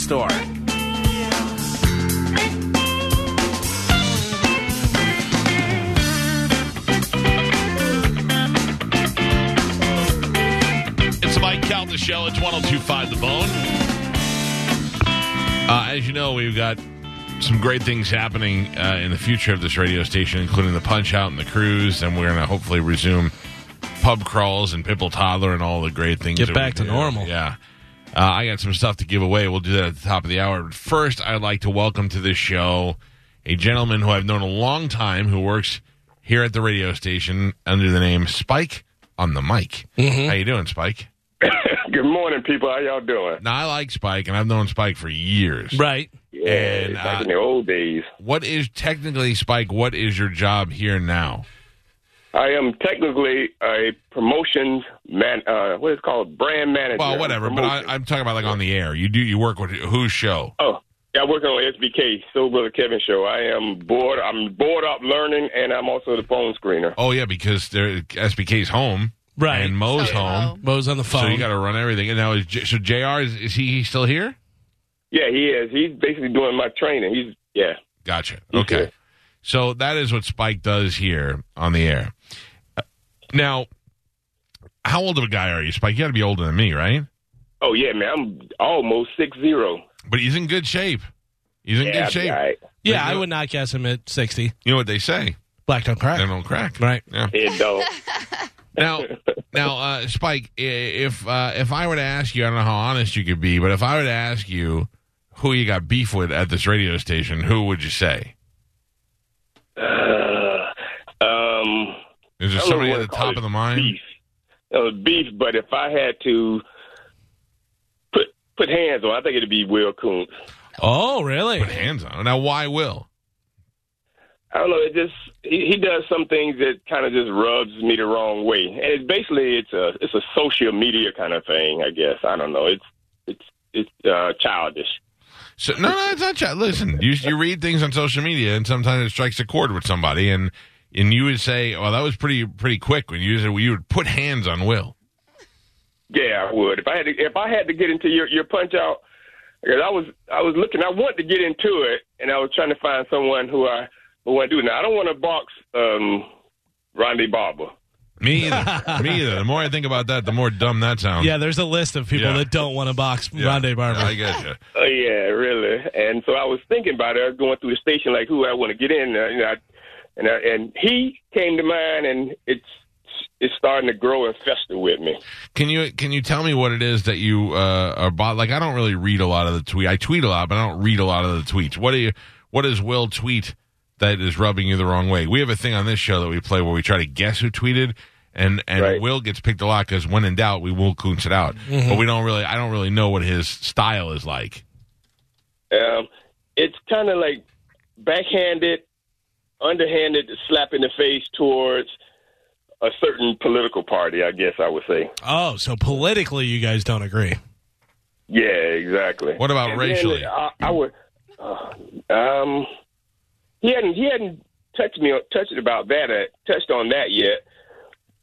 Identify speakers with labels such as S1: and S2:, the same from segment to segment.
S1: store.
S2: It's Mike Cal the Shell. It's 1025 The Bone. Uh, as you know, we've got some great things happening uh, in the future of this radio station, including the Punch Out and the Cruise, and we're going to hopefully resume pub crawls and Pipple Toddler and all the great things.
S3: Get
S2: that we
S3: back to
S2: do.
S3: normal.
S2: Yeah. Uh, I got some stuff to give away. We'll do that at the top of the hour. But first, I'd like to welcome to this show a gentleman who I've known a long time who works here at the radio station under the name Spike on the mic.
S3: Mm-hmm.
S2: How you doing, Spike?
S4: Good morning, people. How y'all doing?
S2: Now I like Spike, and I've known Spike for years.
S3: Right.
S4: Yeah,
S2: And,
S4: back
S2: uh,
S4: in the old days,
S2: What is technically Spike? What is your job here now?
S4: I am technically a promotion man. Uh, what is it called brand manager?
S2: Well, whatever. But I,
S4: Promotion.
S2: I'm talking about like on the air. You do you work with whose show?
S4: oh, yeah, I work on SBK Soul Brother Kevin show. I am bored. I'm bored up learning, and I'm also the phone screener.
S2: Oh yeah, because they're, SBK's home,
S3: Right.
S2: And Mo's
S5: So,
S2: home,
S3: Mo's on the phone.
S2: so you got to run everything. And now is J- so Jr. Is, is he he's still here?
S4: Yeah, he is. He's basically doing my training. He's yeah.
S2: Gotcha.
S4: He's
S2: Okay.
S4: here.
S2: So that is what Spike does here on the air. Uh, Now, how old of a guy are you, Spike? You got to be older than me, right?
S4: Oh yeah, man. I'm almost six zero.
S2: But he's in good shape. He's in
S4: Yeah,
S2: good shape.
S4: I'll be all right.
S3: yeah, I would not guess him at 60.
S2: You know what they say?
S3: Black don't
S2: They
S3: crack.
S2: don't crack.
S3: Right.
S2: Yeah.
S4: It don't.
S2: Now, now, uh, Spike, i- if uh, if I were to ask you, I don't know how honest you could be, but if I were to ask you who you got beef with at this radio station, who would you say?
S4: uh, um.
S2: Is there
S4: I don't know
S2: somebody
S4: what
S2: at the
S4: to call
S2: top
S4: it.
S2: of the mind?
S4: Beef. It was beef, but if I had to put put hands on, I think it'd be Will Coons.
S3: Oh, really?
S2: Put hands on. it. Now, why Will?
S4: I don't know. It just he, he does some things that kind of just rubs me the wrong way, and it's basically it's a it's a social media kind of thing, I guess. I don't know. It's it's it's uh, childish.
S2: So, no, no, it's not. Chat. Listen, you you read things on social media, and sometimes it strikes a chord with somebody, and and you would say, "Well, that was pretty pretty quick." When you said well, you would put hands on Will.
S4: Yeah, I would. If I had to, if I had to get into your your punch out, because I was I was looking, I wanted to get into it, and I was trying to find someone who I who I do. Now I don't want to box um, Ronde Barber.
S2: Me either. Me either. The more I think about that, the more dumb that sounds.
S3: Yeah, there's a list of people
S2: Yeah.
S3: that don't want to box
S2: Yeah.
S3: Rondé Barber.
S2: I get you.
S4: Oh yeah, really. And so I was thinking about it. I was going through the station, like who I want to get in, uh, you know, I, and I, and he came to mind, and it's it's starting to grow and fester with me.
S2: Can you can you tell me what it is that you uh, are bought? Like I don't really read a lot of the tweet. I tweet a lot, but I don't read a lot of the tweets. What do you? What does Will tweet that is rubbing you the wrong way? We have a thing on this show that we play where we try to guess who tweeted, and and
S4: Right. Mm-hmm.
S2: Will gets picked a lot because when in doubt, we will coons it out. But we don't really. I don't really know what his style is like.
S4: Um, it's kind of like backhanded, underhanded slap in the face towards a certain political party. I guess I would say.
S3: Oh, so politically, you guys don't agree.
S4: Yeah, exactly.
S2: What about
S4: And then,
S2: Uh, racially?
S4: I, I would. Uh, um, he hadn't he hadn't touched me touched about that uh, touched on that yet.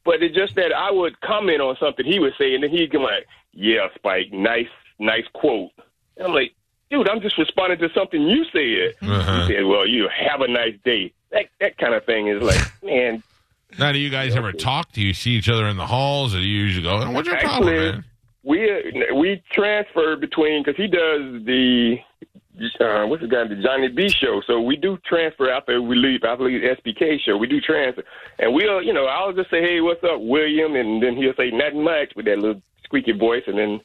S4: But it's just that I would comment on something he would say, and then he'd come like, "Yeah, Spike, nice nice quote." And I'm like, "Dude, I'm just responding to something you said."
S2: Uh-huh.
S4: He said, "Well, you have a nice day." That that kind of thing is like, man,
S2: Now, do you guys ever talk? Do you see each other in the halls, or do you usually go? What's your problem,
S4: Actually-
S2: man?
S4: we we transfer between because he does the uh, what's the guy the Johnny B show. So we do transfer after we leave after we leave the SBK show. We do transfer, and we'll you know I'll just say hey what's up William, and then he'll say nothing much with that little squeaky voice, and then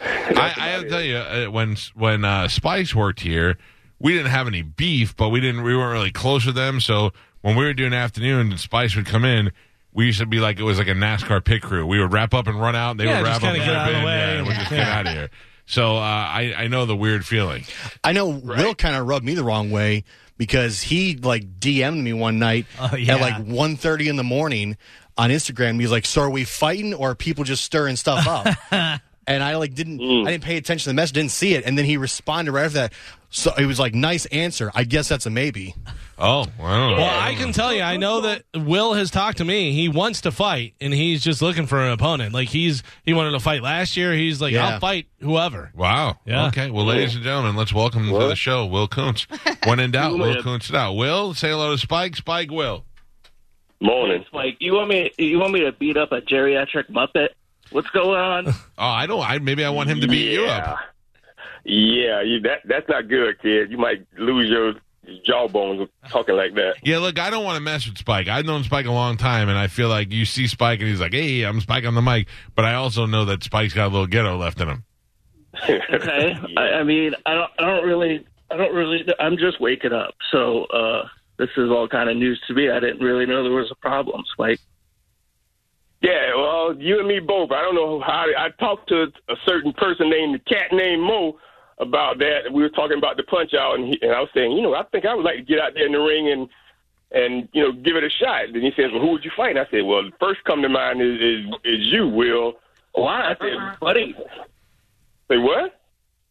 S2: I, I have to tell you, uh, when when uh, Spice worked here, we didn't have any beef, but we didn't we weren't really close with them. So when we were doing afternoon, and Spice would come in. We used to be like it was like a NASCAR pit crew. We would wrap up and run out, and they
S3: Yeah,
S2: would wrap
S3: just
S2: up
S3: kinda get
S2: and rip
S3: out of the
S2: in,
S3: way.
S2: yeah, and we just get
S3: Yeah.
S2: out of here. So uh, I I know the weird feeling.
S6: I know Will kind of rubbed me the wrong way because he like DM'd me one night
S3: Oh, yeah.
S6: at like 1.30 in the morning on Instagram. He was like, "So are we fighting or are people just stirring stuff up?" and I like didn't I didn't pay attention to the message, didn't see it, and then he responded right after that. So it was like, "Nice answer. I guess that's a maybe."
S2: Oh, well, I don't know.
S3: Well, I can tell you, I know that Will has talked to me. He wants to fight, and he's just looking for an opponent. Like he's he wanted to fight last year. He's like,
S6: Yeah.
S3: I'll fight whoever.
S2: Wow.
S3: Yeah.
S2: Okay. Well, ladies and gentlemen, let's welcome to the show Will Koontz. When in doubt, Will Koontz it out. Will, say hello to Spike. Spike, Will.
S4: Morning.
S1: Like you want me? You want me to beat up a geriatric muppet? What's going on?
S2: Oh, I don't. I maybe I want him to beat you up.
S4: Yeah, you, that that's not good, kid. You might lose your jawbones talking like that.
S2: Yeah, look, I don't want to mess with Spike. I've known Spike a long time, and I feel like you see Spike, and he's like, "Hey, I'm Spike on the mic," but I also know that Spike's got a little ghetto left in him.
S1: Okay. I, I mean, I don't. I don't really. I don't really. I'm just waking up, so uh, this is all kind of news to me. I didn't really know there was a problem, Spike.
S4: Yeah, well, you and me both. I don't know how. I talked to a certain person named the cat named Mo about that. We were talking about the punch out, and, he, and I was saying, you know, I think I would like to get out there in the ring and and you know give it a shot. Then he says, well, who would you fight? And I said, well, the first come to mind is is, is you, Will.
S1: Why? I thought we were buddies.
S4: Say what?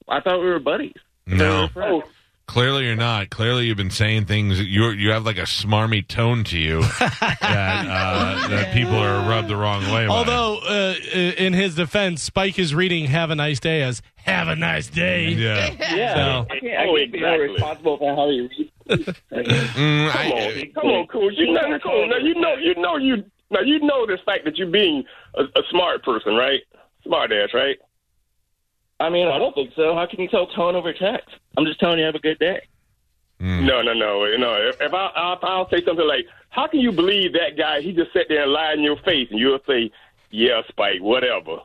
S1: I thought we were buddies.
S2: No,
S4: Oh,
S2: clearly you're not. Clearly you've been saying things. You you have like a smarmy tone to you that uh, that people are rubbed the wrong way. by.
S3: Although, uh, uh, in his defense, Spike is reading "Have a nice day" as "Have a nice day."
S2: yeah,
S1: Yeah.
S3: So-
S1: I can't, I
S4: Oh,
S1: can't be that
S4: exactly.
S1: responsible for how you read.
S2: Mm,
S4: come
S2: I-
S4: on, come on, cool. You know, cool. Now you know, you know, you now you know the fact that you're being a, a smart person, right? Smart ass, right?
S1: I mean, I don't think so. How can you tell tone over text? I'm just telling you, have a good day.
S2: mm.
S4: No, no, no, no. If, if I if I'll say something like, "How can you believe that guy? He just sat there and lied in your face," and you'll say, "Yeah, Spike, whatever."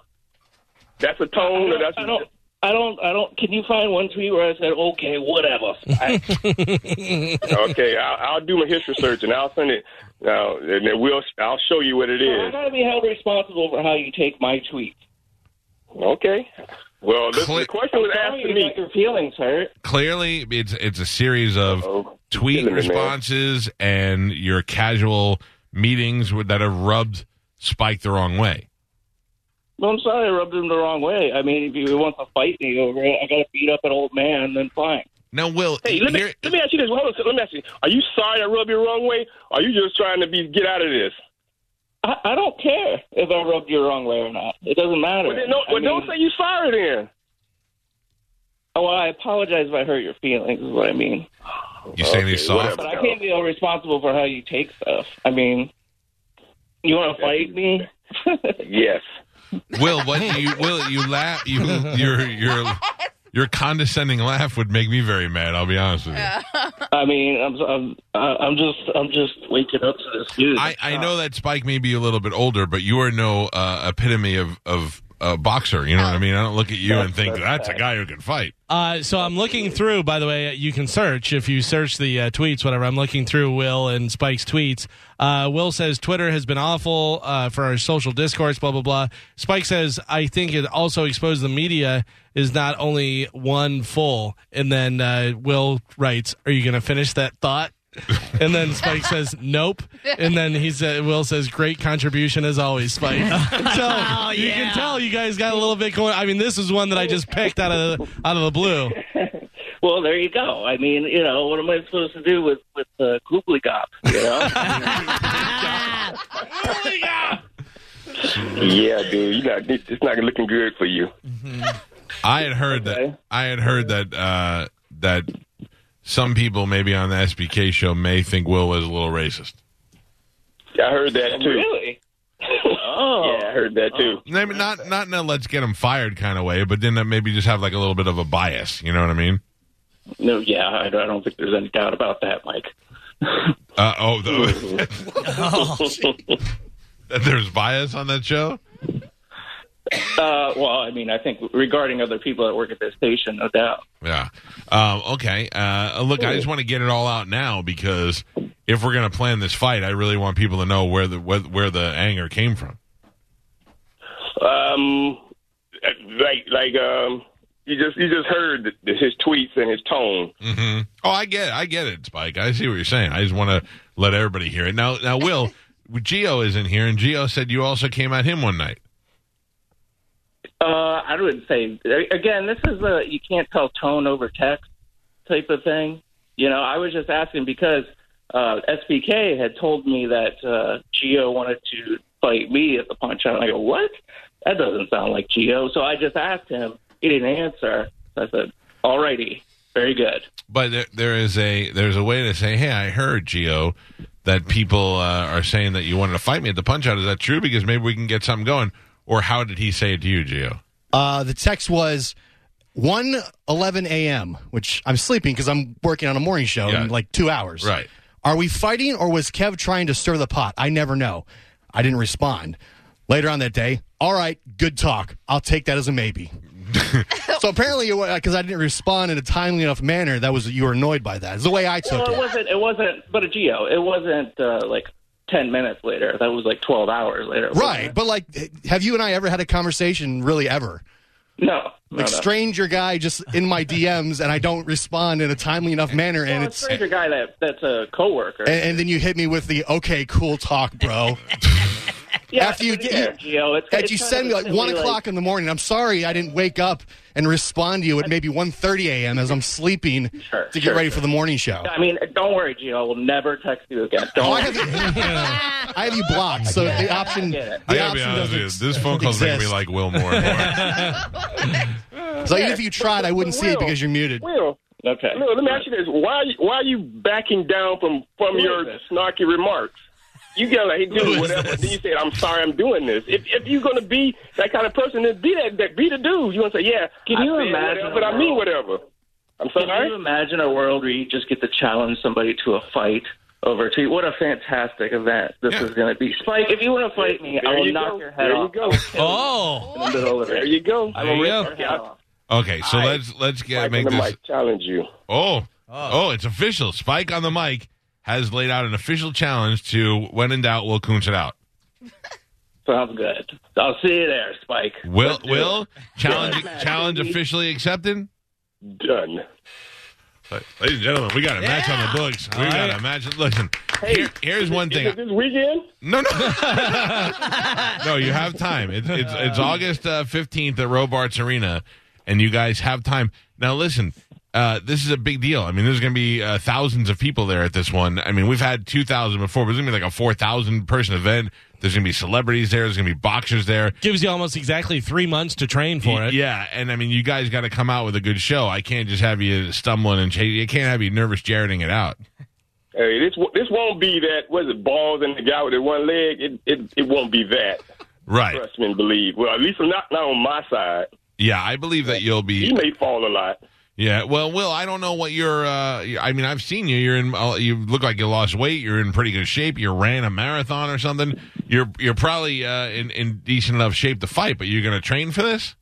S4: That's a tone. or that's
S1: I don't. I don't. I don't. Can you find one tweet where I said, "Okay, whatever"? I,
S4: okay. I'll, I'll do my history search and I'll send it. Now, and then we'll I'll show you what it
S1: I
S4: is.
S1: gotta be held responsible for how you take my tweet.
S4: Okay. Well, this,
S2: Click.
S4: the question was
S1: Tell
S4: asked
S1: you
S4: to
S1: got
S4: me.
S1: your feelings hurt.
S2: clearly it's it's a series of
S4: Uh-oh.
S2: tweet
S4: Killing me, man.
S2: responses and your casual meetings with, that have rubbed Spike the wrong way.
S1: Well, I'm sorry, I rubbed him the wrong way. I mean, if you want to fight me over it, I gotta beat up an old man, then fine.
S2: Now, Will,
S4: Hey, let me
S2: here-
S4: let me ask you this. Hold on. a second. Let me ask you. Are you sorry I rubbed you the wrong way? Or are you just trying to be get out of this?
S1: I, I don't care if I rubbed you the wrong way or not. It doesn't matter.
S4: Well, then, no,
S1: I
S4: well, don't
S1: mean-
S4: say you sorry then.
S1: Oh, well, I apologize if I hurt your feelings. Is what I mean.
S2: you saying he's
S4: Okay,
S2: soft?
S4: whatever.
S1: But I can't be all responsible for how you take stuff. I mean, you want to fight me?
S4: Yes.
S2: Will, what do you Will you laugh you your your your condescending laugh would make me very mad. I'll be honest with you.
S1: I mean, I'm I'm I'm just I'm just waking up to this news.
S2: I, I know that Spike may be a little bit older, but you are no uh, epitome of of a boxer. You know what I mean? I don't look at you and think that's a guy who can fight.
S3: Uh, so I'm looking through. By the way, you can search if you search the uh, tweets, whatever. I'm looking through Will and Spike's tweets. Uh, Will says Twitter has been awful uh, for our social discourse. Blah blah blah. Spike says I think it also exposed the media is not only one full. And then uh, Will writes, "Are you going to finish that thought?" and then Spike says, "Nope." And then he said, "Will says, great contribution as always, Spike." so you can tell you guys got a little bit going. I mean, this is one that I just picked out of out of the blue.
S1: Well, there you go. I mean, you know, what am I supposed to do with with uh, Googly Gop? You know,
S4: Yeah, dude. You not. It's not looking good for you.
S2: I had heard that. I had heard that uh, that some people maybe on the SBK show may think Will was a little racist.
S4: I heard that too.
S1: really? oh,
S4: Yeah, I heard that too.
S2: Maybe not not in a let's get him fired kind of way, but then that maybe just have like a little bit of a bias. You know what I mean?
S1: no, yeah. I don't, I don't think there's any doubt about that, Mike.
S2: Uh, oh, the, that there's bias on that show.
S1: Uh, well, I mean, I think regarding other people that work at this station, no doubt.
S2: Yeah. Um, okay. Uh, look, I just want to get it all out now because if we're going to plan this fight, I really want people to know where the where, where the anger came from.
S4: Um, like like um, you just you just heard th- his tweets and his tone.
S2: hmm Oh, I get, it. I get it, Spike. I see what you're saying. I just want to let everybody hear it. Now, now, Will, Geo is in here, and Geo said you also came at him one night.
S1: Uh, I would say again, this is a you can't tell tone over text type of thing. You know, I was just asking because uh, SBK had told me that uh, Geo wanted to fight me at the punch out. And I go, what? That doesn't sound like Geo. So I just asked him. He didn't answer. So I said, alrighty, very good.
S2: But there, there is a there's a way to say, hey, I heard Geo that people uh, are saying that you wanted to fight me at the punch out. Is that true? Because maybe we can get something going. Or how did he say it to you, Geo?
S6: Uh, the text was 1:11 a.m., which I'm sleeping because I'm working on a morning show
S2: Yeah.
S6: in like two hours.
S2: Right.
S6: Are we fighting or was Kev trying to stir the pot? I never know. I didn't respond. Later on that day, all right, good talk. I'll take that as a maybe. so apparently, because I didn't respond in a timely enough manner, that was you were annoyed by that. It's the way I took
S1: Well, it
S6: it.
S1: wasn't. It wasn't. But a Geo. It wasn't uh, like ten minutes later. That was like twelve hours later. wasn't
S6: Right,
S1: it?
S6: but like, have you and I ever had a conversation really ever?
S1: No. no,
S6: Like,
S1: no.
S6: stranger guy just in my DMs and I don't respond in a timely enough manner, and
S1: Well, a
S6: it's
S1: stranger guy that that's a coworker.
S6: and, and then you hit me with the okay, cool talk, bro.
S1: yeah,
S6: after you
S1: but
S6: get-
S1: again, Geo, it's,
S6: that
S1: it's
S6: you
S1: kind
S6: send
S1: of
S6: me
S1: a
S6: like
S1: silly,
S6: one o'clock in the morning. I'm sorry I didn't wake up and respond to you at maybe 1.30 a.m. as I'm sleeping
S1: Sure,
S6: to get
S1: sure,
S6: ready for the morning show.
S1: I mean, don't worry, Gio. I will never text you again. Don't.
S6: Oh, I
S1: worry.
S6: have I have you blocked, so the option
S1: I get it.
S2: I
S6: the
S2: gotta be
S6: option
S2: honest
S6: doesn't.
S2: with you. This phone call's making me
S6: exist.
S2: like Will more and more.
S6: So even if you tried, I wouldn't see it because you're muted.
S4: Will,
S1: okay.
S4: Will, let me ask you this: Why are you- why are you backing down from from
S1: is
S4: your
S1: this?
S4: snarky remarks? You get like, hey, dude, whatever. Then you said, I'm sorry, I'm doing this. If if you're gonna be that kind of person, then be that, that be the dude. You gonna say, yeah,
S1: Can
S4: I
S1: you
S4: said
S1: imagine
S4: whatever, but I
S1: a
S4: mean
S1: world-
S4: whatever. I'm
S1: Can
S4: sorry.
S1: you imagine a world where you just get to challenge somebody to a fight over tweet? What a fantastic event this
S2: Yeah.
S1: is going to be. Spike, if you want to fight me, I
S4: There
S1: will
S4: you
S1: knock
S4: go.
S1: your head
S4: There you
S1: off.
S4: go.
S3: Oh,
S1: In the middle of it.
S4: There you go.
S1: I
S2: There
S1: will
S2: you go.
S1: rip your head off.
S2: Okay, so
S4: I-
S2: let's let's get
S4: Mike
S2: make
S4: on the
S2: this.
S4: mic challenge you.
S2: Oh. oh, it's official. Spike on the mic has laid out an official challenge to when in doubt, Will Coons it out.
S1: Sounds good. I'll see you there, Spike.
S2: Will
S1: Let's do it.
S2: Will challenge
S1: Yeah.
S2: challenge officially accepted.
S4: Done.
S2: Ladies and gentlemen, we got a match on the books. We
S3: All
S2: got
S3: right.
S2: a match. Listen, here, here's one
S4: Is
S2: thing.
S4: it this weekend?
S2: No, no, no. You have time. It's it's, it's August uh, fifteenth at Robarts Arena, and you guys have time. Now, listen, uh, this is a big deal. I mean, there's going to be uh, thousands of people there at this one. I mean, we've had two thousand before, but it's going to be like a four thousand person event. There's going to be celebrities there. There's going to be boxers there.
S3: gives you almost exactly three months to train for
S2: Y-
S3: it.
S2: Yeah, and I mean, you guys got to come out with a good show. I can't just have you stumbling and chasing. You can't have you nervous Jareding it out.
S4: Hey, this wo- this won't be that. What is it? Balls and the guy with the one leg. It it, it won't be that.
S2: Right.
S4: Trust me, and believe. Well, at least I'm not not on my side.
S2: Yeah, I believe that you'll be.
S4: He may fall a lot.
S2: Yeah, well, Will, I don't know what you're. Uh, I mean, I've seen you. You're in. uh, You look like you lost weight. You're in pretty good shape. You ran a marathon or something. You're you're probably uh, in in decent enough shape to fight. But you're going to train for this.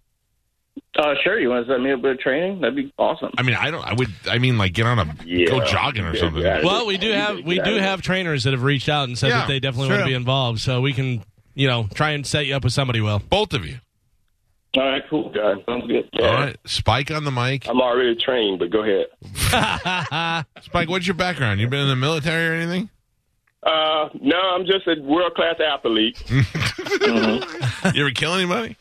S1: Uh, sure, you want to send me a bit of training? That'd be awesome.
S2: I mean, I don't. I would. I mean, like get on a
S4: Yeah.
S2: go jogging or
S4: Yeah,
S2: something.
S4: yeah.
S3: Well, we do have we do have trainers that have reached out and said
S2: Yeah,
S3: that they definitely
S2: sure.
S3: want to be involved, so we can you know try and set you up with somebody. Will
S2: Both of you.
S1: All right, cool.
S4: God, sounds good. Yeah.
S2: All right. Spike on the mic.
S4: I'm already trained, but go ahead.
S2: Spike, what's your background? You been in the military or anything?
S4: Uh, no, I'm just a world class athlete,
S2: You ever kill anybody?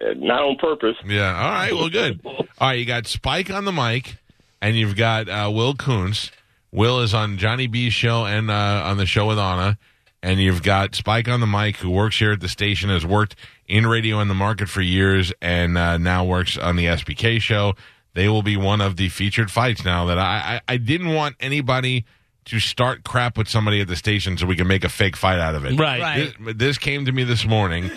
S4: Uh, not on purpose.
S2: Yeah. All right. Well, good. All right. You got Spike on the mic, and you've got uh, Will Koontz. Will is on Johnny B's show and uh, on the show with Anna. And you've got Spike on the mic, who works here at the station, has worked in radio in the market for years, and uh, now works on the SBK show. They will be one of the featured fights now that I, I, I didn't want anybody to start crap with somebody at the station so we can make a fake fight out of it.
S3: Right.
S5: Right.
S2: This, this came to me this morning.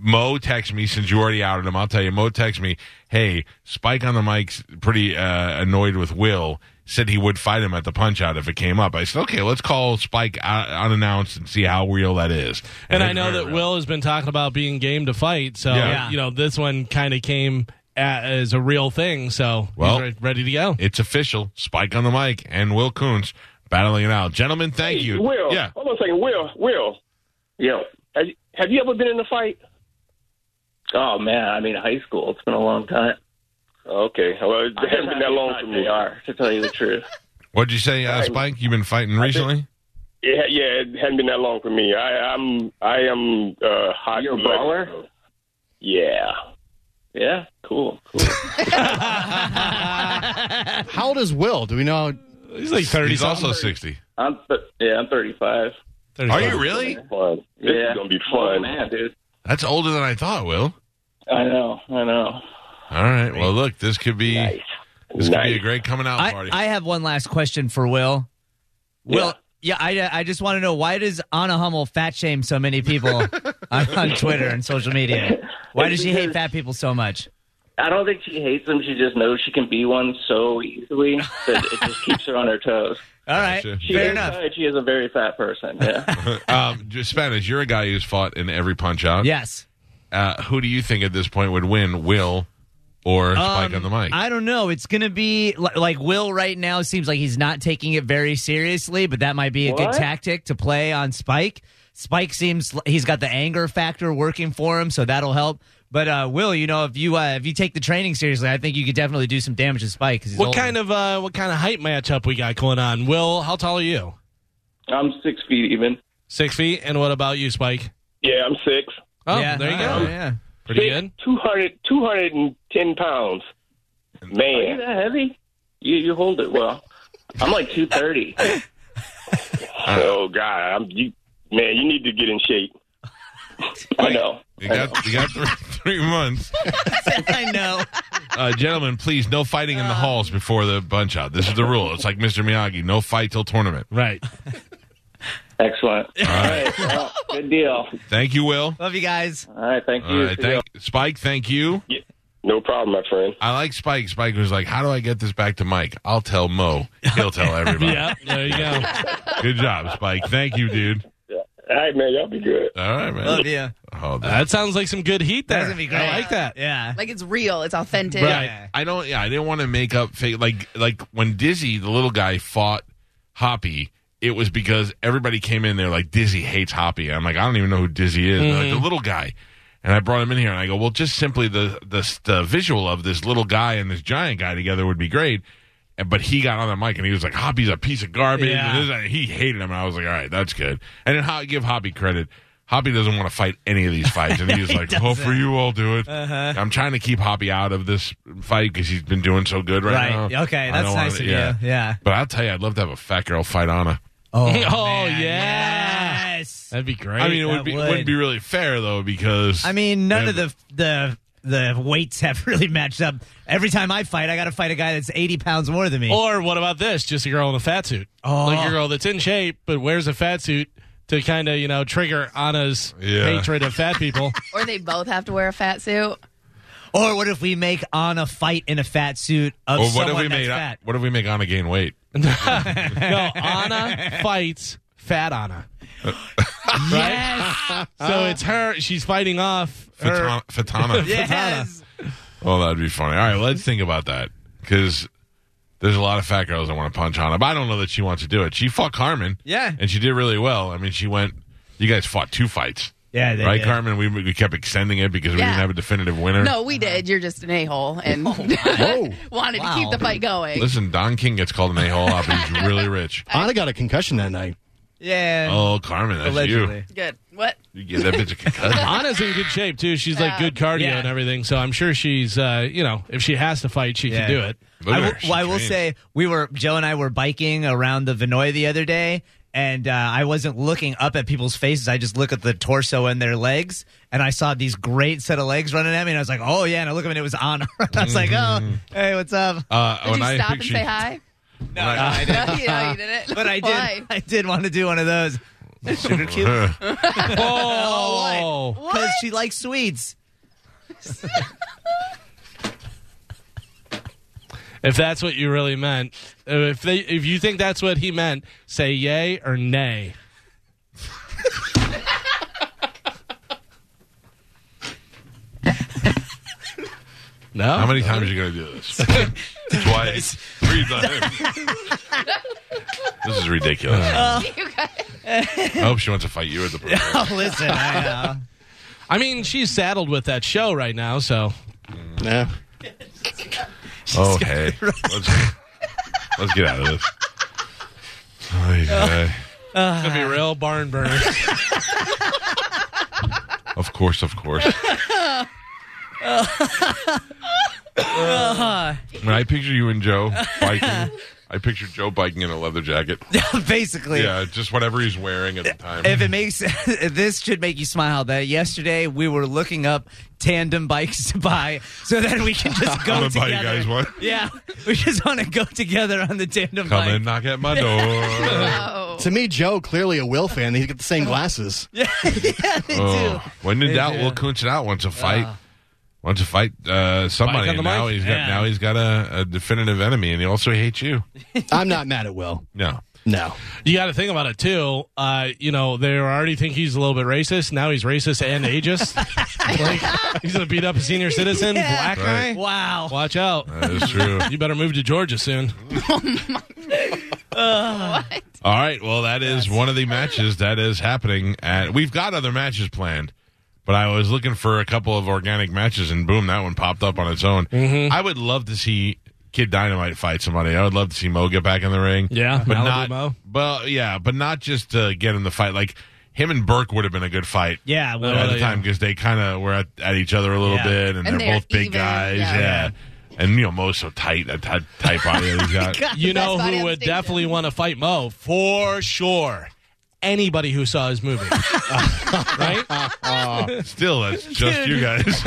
S2: Mo texted me since you already outed him. I'll tell you. Mo texted me, "Hey, Spike on the mic's pretty uh, annoyed with Will. Said he would fight him at the punch out if it came up." I said, "Okay, let's call Spike out, unannounced and see how real that is."
S3: And I
S2: it's
S3: know
S2: very
S3: that
S2: real.
S3: Will has been talking about being game to fight, so
S2: Yeah.
S5: Yeah.
S3: you know this one kind of came at, as a real thing. So
S2: Well-
S3: he's re- ready to go.
S2: It's official. Spike on the mic and Will Coons battling it out. Gentlemen, thank you.
S4: Will,
S2: Yeah.
S4: hold on a second. Will, Will,
S1: Yo.
S4: have you, have you ever been in a fight?
S1: Oh, man. I mean, high school. It's been a long time.
S4: Okay, well, it hasn't been that long for me.
S1: They are, to tell you the truth.
S2: What'd you say, uh, Spike? You've been fighting recently?
S4: It, ha- yeah, it hadn't been that long for me. I, I'm, I am uh, hot.
S1: You're a
S4: blooded,
S1: baller?
S4: so- Yeah.
S1: Yeah, cool. cool.
S6: How old is Will? Do we know?
S3: He's like thirty.
S2: He's also
S3: something.
S2: sixty.
S1: I'm th- yeah, I'm 35.
S2: Are you really?
S4: Fun. This
S1: yeah,
S4: is gonna be
S1: Oh,
S4: fun.
S1: man, dude.
S2: That's older than I thought, Will.
S1: I know, I know.
S2: All right. Well, look, this could be this could be a
S4: Nice.
S2: great coming out
S5: I,
S2: party.
S5: I have one last question for Will. Will, yeah, I, I just want to know why does Anna Hummel fat shame so many people on, on Twitter and social media? Why does she hate fat people so much?
S1: I don't think she hates him. She just knows she can be one so easily that it just keeps her on her toes.
S5: All right,
S2: Gotcha.
S1: She
S5: fair
S1: is
S5: enough.
S1: tight. She is a very fat person. Yeah.
S2: um, just Spanish, you're a guy who's fought in every punch out.
S5: Yes.
S2: Uh, who do you think at this point would win, Will or Spike
S5: Um,
S2: on the mic?
S5: I don't know. It's going to be li- like Will right now seems like he's not taking it very seriously, but that might be a good
S1: What?
S5: tactic to play on Spike. Spike seems l- he's got the anger factor working for him, so that'll help. But uh, Will, you know, if you uh, if you take the training seriously, I think you could definitely do some damage to Spike. 'cause he's
S3: What
S5: older.
S3: kind of uh, what kind of hype matchup we got going on? Will, how tall are you?
S1: I'm six feet even.
S3: Six feet. And what about you, Spike?
S4: Yeah, I'm six.
S3: Oh,
S5: Yeah.
S3: there you
S5: Oh,
S3: go.
S5: yeah.
S3: Pretty
S4: Six,
S3: good.
S4: 200, 210 pounds.
S1: Are you
S4: Man,
S1: that heavy? You you hold it well. I'm like 230.
S4: oh god, I'm, you, man, you need to get in shape.
S1: I know.
S2: You got you got three, three months,
S5: I know.
S2: uh, gentlemen. Please, no fighting
S5: Uh,
S2: in the halls before the punch out. This is the rule. It's like Mr. Miyagi: no fight till tournament.
S3: Right.
S1: Excellent. All right. Well, good deal.
S2: Thank you, Will.
S5: Love you guys.
S1: All right. Thank
S2: All
S1: you.
S2: right,
S1: See ya.
S2: thank Spike. Thank you.
S4: No problem, my friend.
S2: I like Spike. Spike was like, "How do I get this back to Mike? I'll tell Mo. He'll tell everybody."
S3: yeah. There you go.
S2: Good job, Spike. Thank you, dude.
S4: All right, man, y'all be good.
S2: All right, man.
S5: Love you.
S2: Oh, that-
S3: That sounds like some good heat there.
S5: That's gonna be great.
S3: I like that.
S5: Yeah.
S7: Like it's real. It's authentic.
S3: Right.
S5: Yeah.
S2: I don't. Yeah, I didn't want to make up fake. Like like when Dizzy, the little guy, fought Hoppy. It was because everybody came in there like Dizzy hates Hoppy. I'm like, I don't even know who Dizzy is. They're like, the little guy. And I brought him in here, and I go, well, just simply the, the the visual of this little guy and this giant guy together would be great. And- But he got on the mic and he was like, Hoppy's a piece of garbage.
S3: Yeah.
S2: And this- and he hated him. And I was like, all right, that's good. And then how I give Hoppy credit. Hoppy doesn't want to fight any of these fights. And he's like, hopefully you all do it.
S5: Uh-huh.
S2: I'm trying to keep Hoppy out of this fight because he's been doing so good right,
S5: Right.
S2: now.
S5: Okay.
S2: I
S5: That's
S2: don't
S5: nice
S2: wanna-
S5: of you. Yeah.
S2: But I'll tell you, I'd love to have a fat girl fight Anna.
S5: Oh,
S3: Oh,
S5: man,
S3: yeah.
S5: Yes.
S3: That'd be great.
S2: I mean, it
S5: that
S2: would be,
S5: would.
S2: wouldn't be really fair, though, because.
S5: I mean, none
S2: Yeah,
S5: of the the the weights have really matched up. Every time I fight, I got to fight a guy that's eighty pounds more than me.
S3: Or what about this? Just a girl in a fat suit.
S5: Oh.
S3: Like a girl that's in shape but wears a fat suit to kind of, you know, trigger Anna's
S2: Yeah.
S3: hatred of fat people.
S7: Or they both have to wear a fat suit.
S5: or what if we make Anna fight in a fat suit of
S2: Or what
S5: someone
S2: if we
S5: that's
S2: made
S5: fat?
S2: what if we make Anna gain weight?
S3: no, Anna fights fat Anna.
S5: Yes.
S3: So it's her. She's fighting off her.
S2: Fatana. Fatana.
S5: yes.
S2: Oh, that'd be funny. All right, let's think about that because there's a lot of fat girls that want to punch Anna, but I don't know that she wants to do it. She fought Carmen.
S5: Yeah.
S2: And she did really well. I mean, she went, you guys fought two fights.
S5: Yeah, they
S2: right,
S5: did.
S2: Carmen? We, we kept extending it because we
S7: Yeah.
S2: didn't have a definitive winner.
S7: No, we did. You're just an a hole and
S6: Whoa.
S7: wanted to
S5: Wow.
S7: keep the fight going.
S2: Listen, Don King gets called an a hole up. He's really rich.
S6: Anna got a concussion that night.
S5: Yeah.
S2: Oh, Carmen, that's
S5: Allegedly.
S7: Good. What?
S2: you. You give that bitch a Uh, concussion.
S3: Anna's in good shape too. She's like good cardio
S5: Yeah.
S3: and everything, so I'm sure she's, uh, you know, if she has to fight, she
S5: Yeah.
S3: can do it.
S2: Look
S5: I
S2: at
S5: will,
S2: her. She
S5: well, I will
S2: trains.
S5: say we were Joe and I were biking around the Vinoy the other day, and uh, I wasn't looking up at people's faces. I just look at the torso and their legs, and I saw these great set of legs running at me, and I was like, "Oh yeah!" And I look up, and it was on. I was like, "Oh,
S2: Mm-hmm.
S5: hey, what's up?"
S2: Uh,
S7: Did
S2: when
S7: you
S2: I
S7: stop
S2: picture-
S7: and say hi?
S2: when I-
S7: No, you, no, you didn't.
S5: But I did.
S7: Why?
S5: I did want to do one of those sugar cube
S2: Uh,
S3: Oh,
S5: because she likes sweets.
S3: if that's what you really meant, Uh, if they, if you think that's what he meant, say yay or nay. no,
S2: How many times are you going to do this? Twice. Three times. this is ridiculous.
S5: Uh.
S7: You guys-
S2: I hope she wants to fight you at the program.
S5: Oh, listen, I know.
S3: I mean, she's saddled with that show right now, so
S6: Nah.
S2: Oh, hey. Let's, let's get out of this. Ay,
S5: Uh.
S2: ay.
S3: it's gonna be a real barn burner.
S2: Of course, of course.
S5: Uh-huh.
S2: When I picture you and Joe biking, I picture Joe biking in a leather jacket.
S5: Basically.
S2: Yeah, just whatever he's wearing at the time.
S5: If it makes this should make you smile that yesterday we were looking up tandem bikes to buy so that we can
S2: I'm
S5: just go
S2: gonna buy
S5: together.
S2: you guys one.
S5: Yeah, we just want to go together on the tandem
S2: Come
S5: bike.
S2: and knock at my door.
S7: Oh.
S6: To me, Joe clearly a Will fan. He's got the same glasses.
S2: oh, when in
S5: They
S2: doubt,
S5: do.
S2: we'll clinch it out. Once a fight, once a fight, uh, somebody.
S3: on the
S2: now
S3: mic?
S2: he's got
S3: Yeah.
S2: now he's got a, a definitive enemy, and he also hates you.
S6: I'm not mad at Will.
S2: No,
S6: No.
S3: You got to think about it too. Uh, you know, they already think he's a little bit racist. Now he's racist and ageist. like, he's going to beat up a senior citizen,
S5: Yeah.
S3: black guy.
S2: Right.
S5: Wow.
S3: Watch out.
S2: that is true.
S3: You better move to Georgia soon.
S2: All right. Well, that is one of the matches that is happening. At we've got other matches planned, but I was looking for a couple of organic matches, and boom, that one popped up on its own. I would love to see Kid Dynamite fight somebody. I would love to see Mo get back in the ring.
S3: Yeah,
S2: but
S3: Malibu
S2: not
S3: Mo.
S2: Well, yeah, but not just to get in the fight. Like him and Burke would have been a good fight.
S5: Yeah, well,
S2: at
S3: Oh,
S2: the
S3: yeah.
S2: time because they kind of were at, at each other a little
S5: Yeah.
S2: bit, and, they're,
S7: And they're
S2: both big
S7: even,
S2: guys.
S7: yeah.
S2: Yeah. And you know Mo's so tight that type tight body that he's got.
S3: You
S7: Best
S3: know
S7: body
S3: who
S7: on
S3: would
S7: station.
S3: definitely want to fight Mo for sure. Anybody who saw his movie, right?
S2: Still, that's just you guys.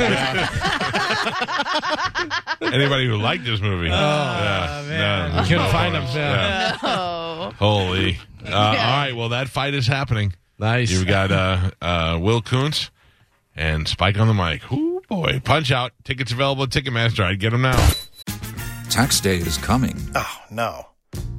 S2: Anybody who liked this movie? yeah,
S5: man.
S2: no, there's
S3: Oh, Couldn't
S2: no
S3: find
S2: bonus.
S3: him, yeah.
S7: Oh.
S2: Holy! Uh, All right, well, that fight is happening.
S3: Nice.
S2: You've got uh, uh, Will Koontz and Spike on the mic. Ooh, boy, punch out! Tickets available at Ticketmaster. I'd get them now.
S8: Tax day is coming. Oh, no.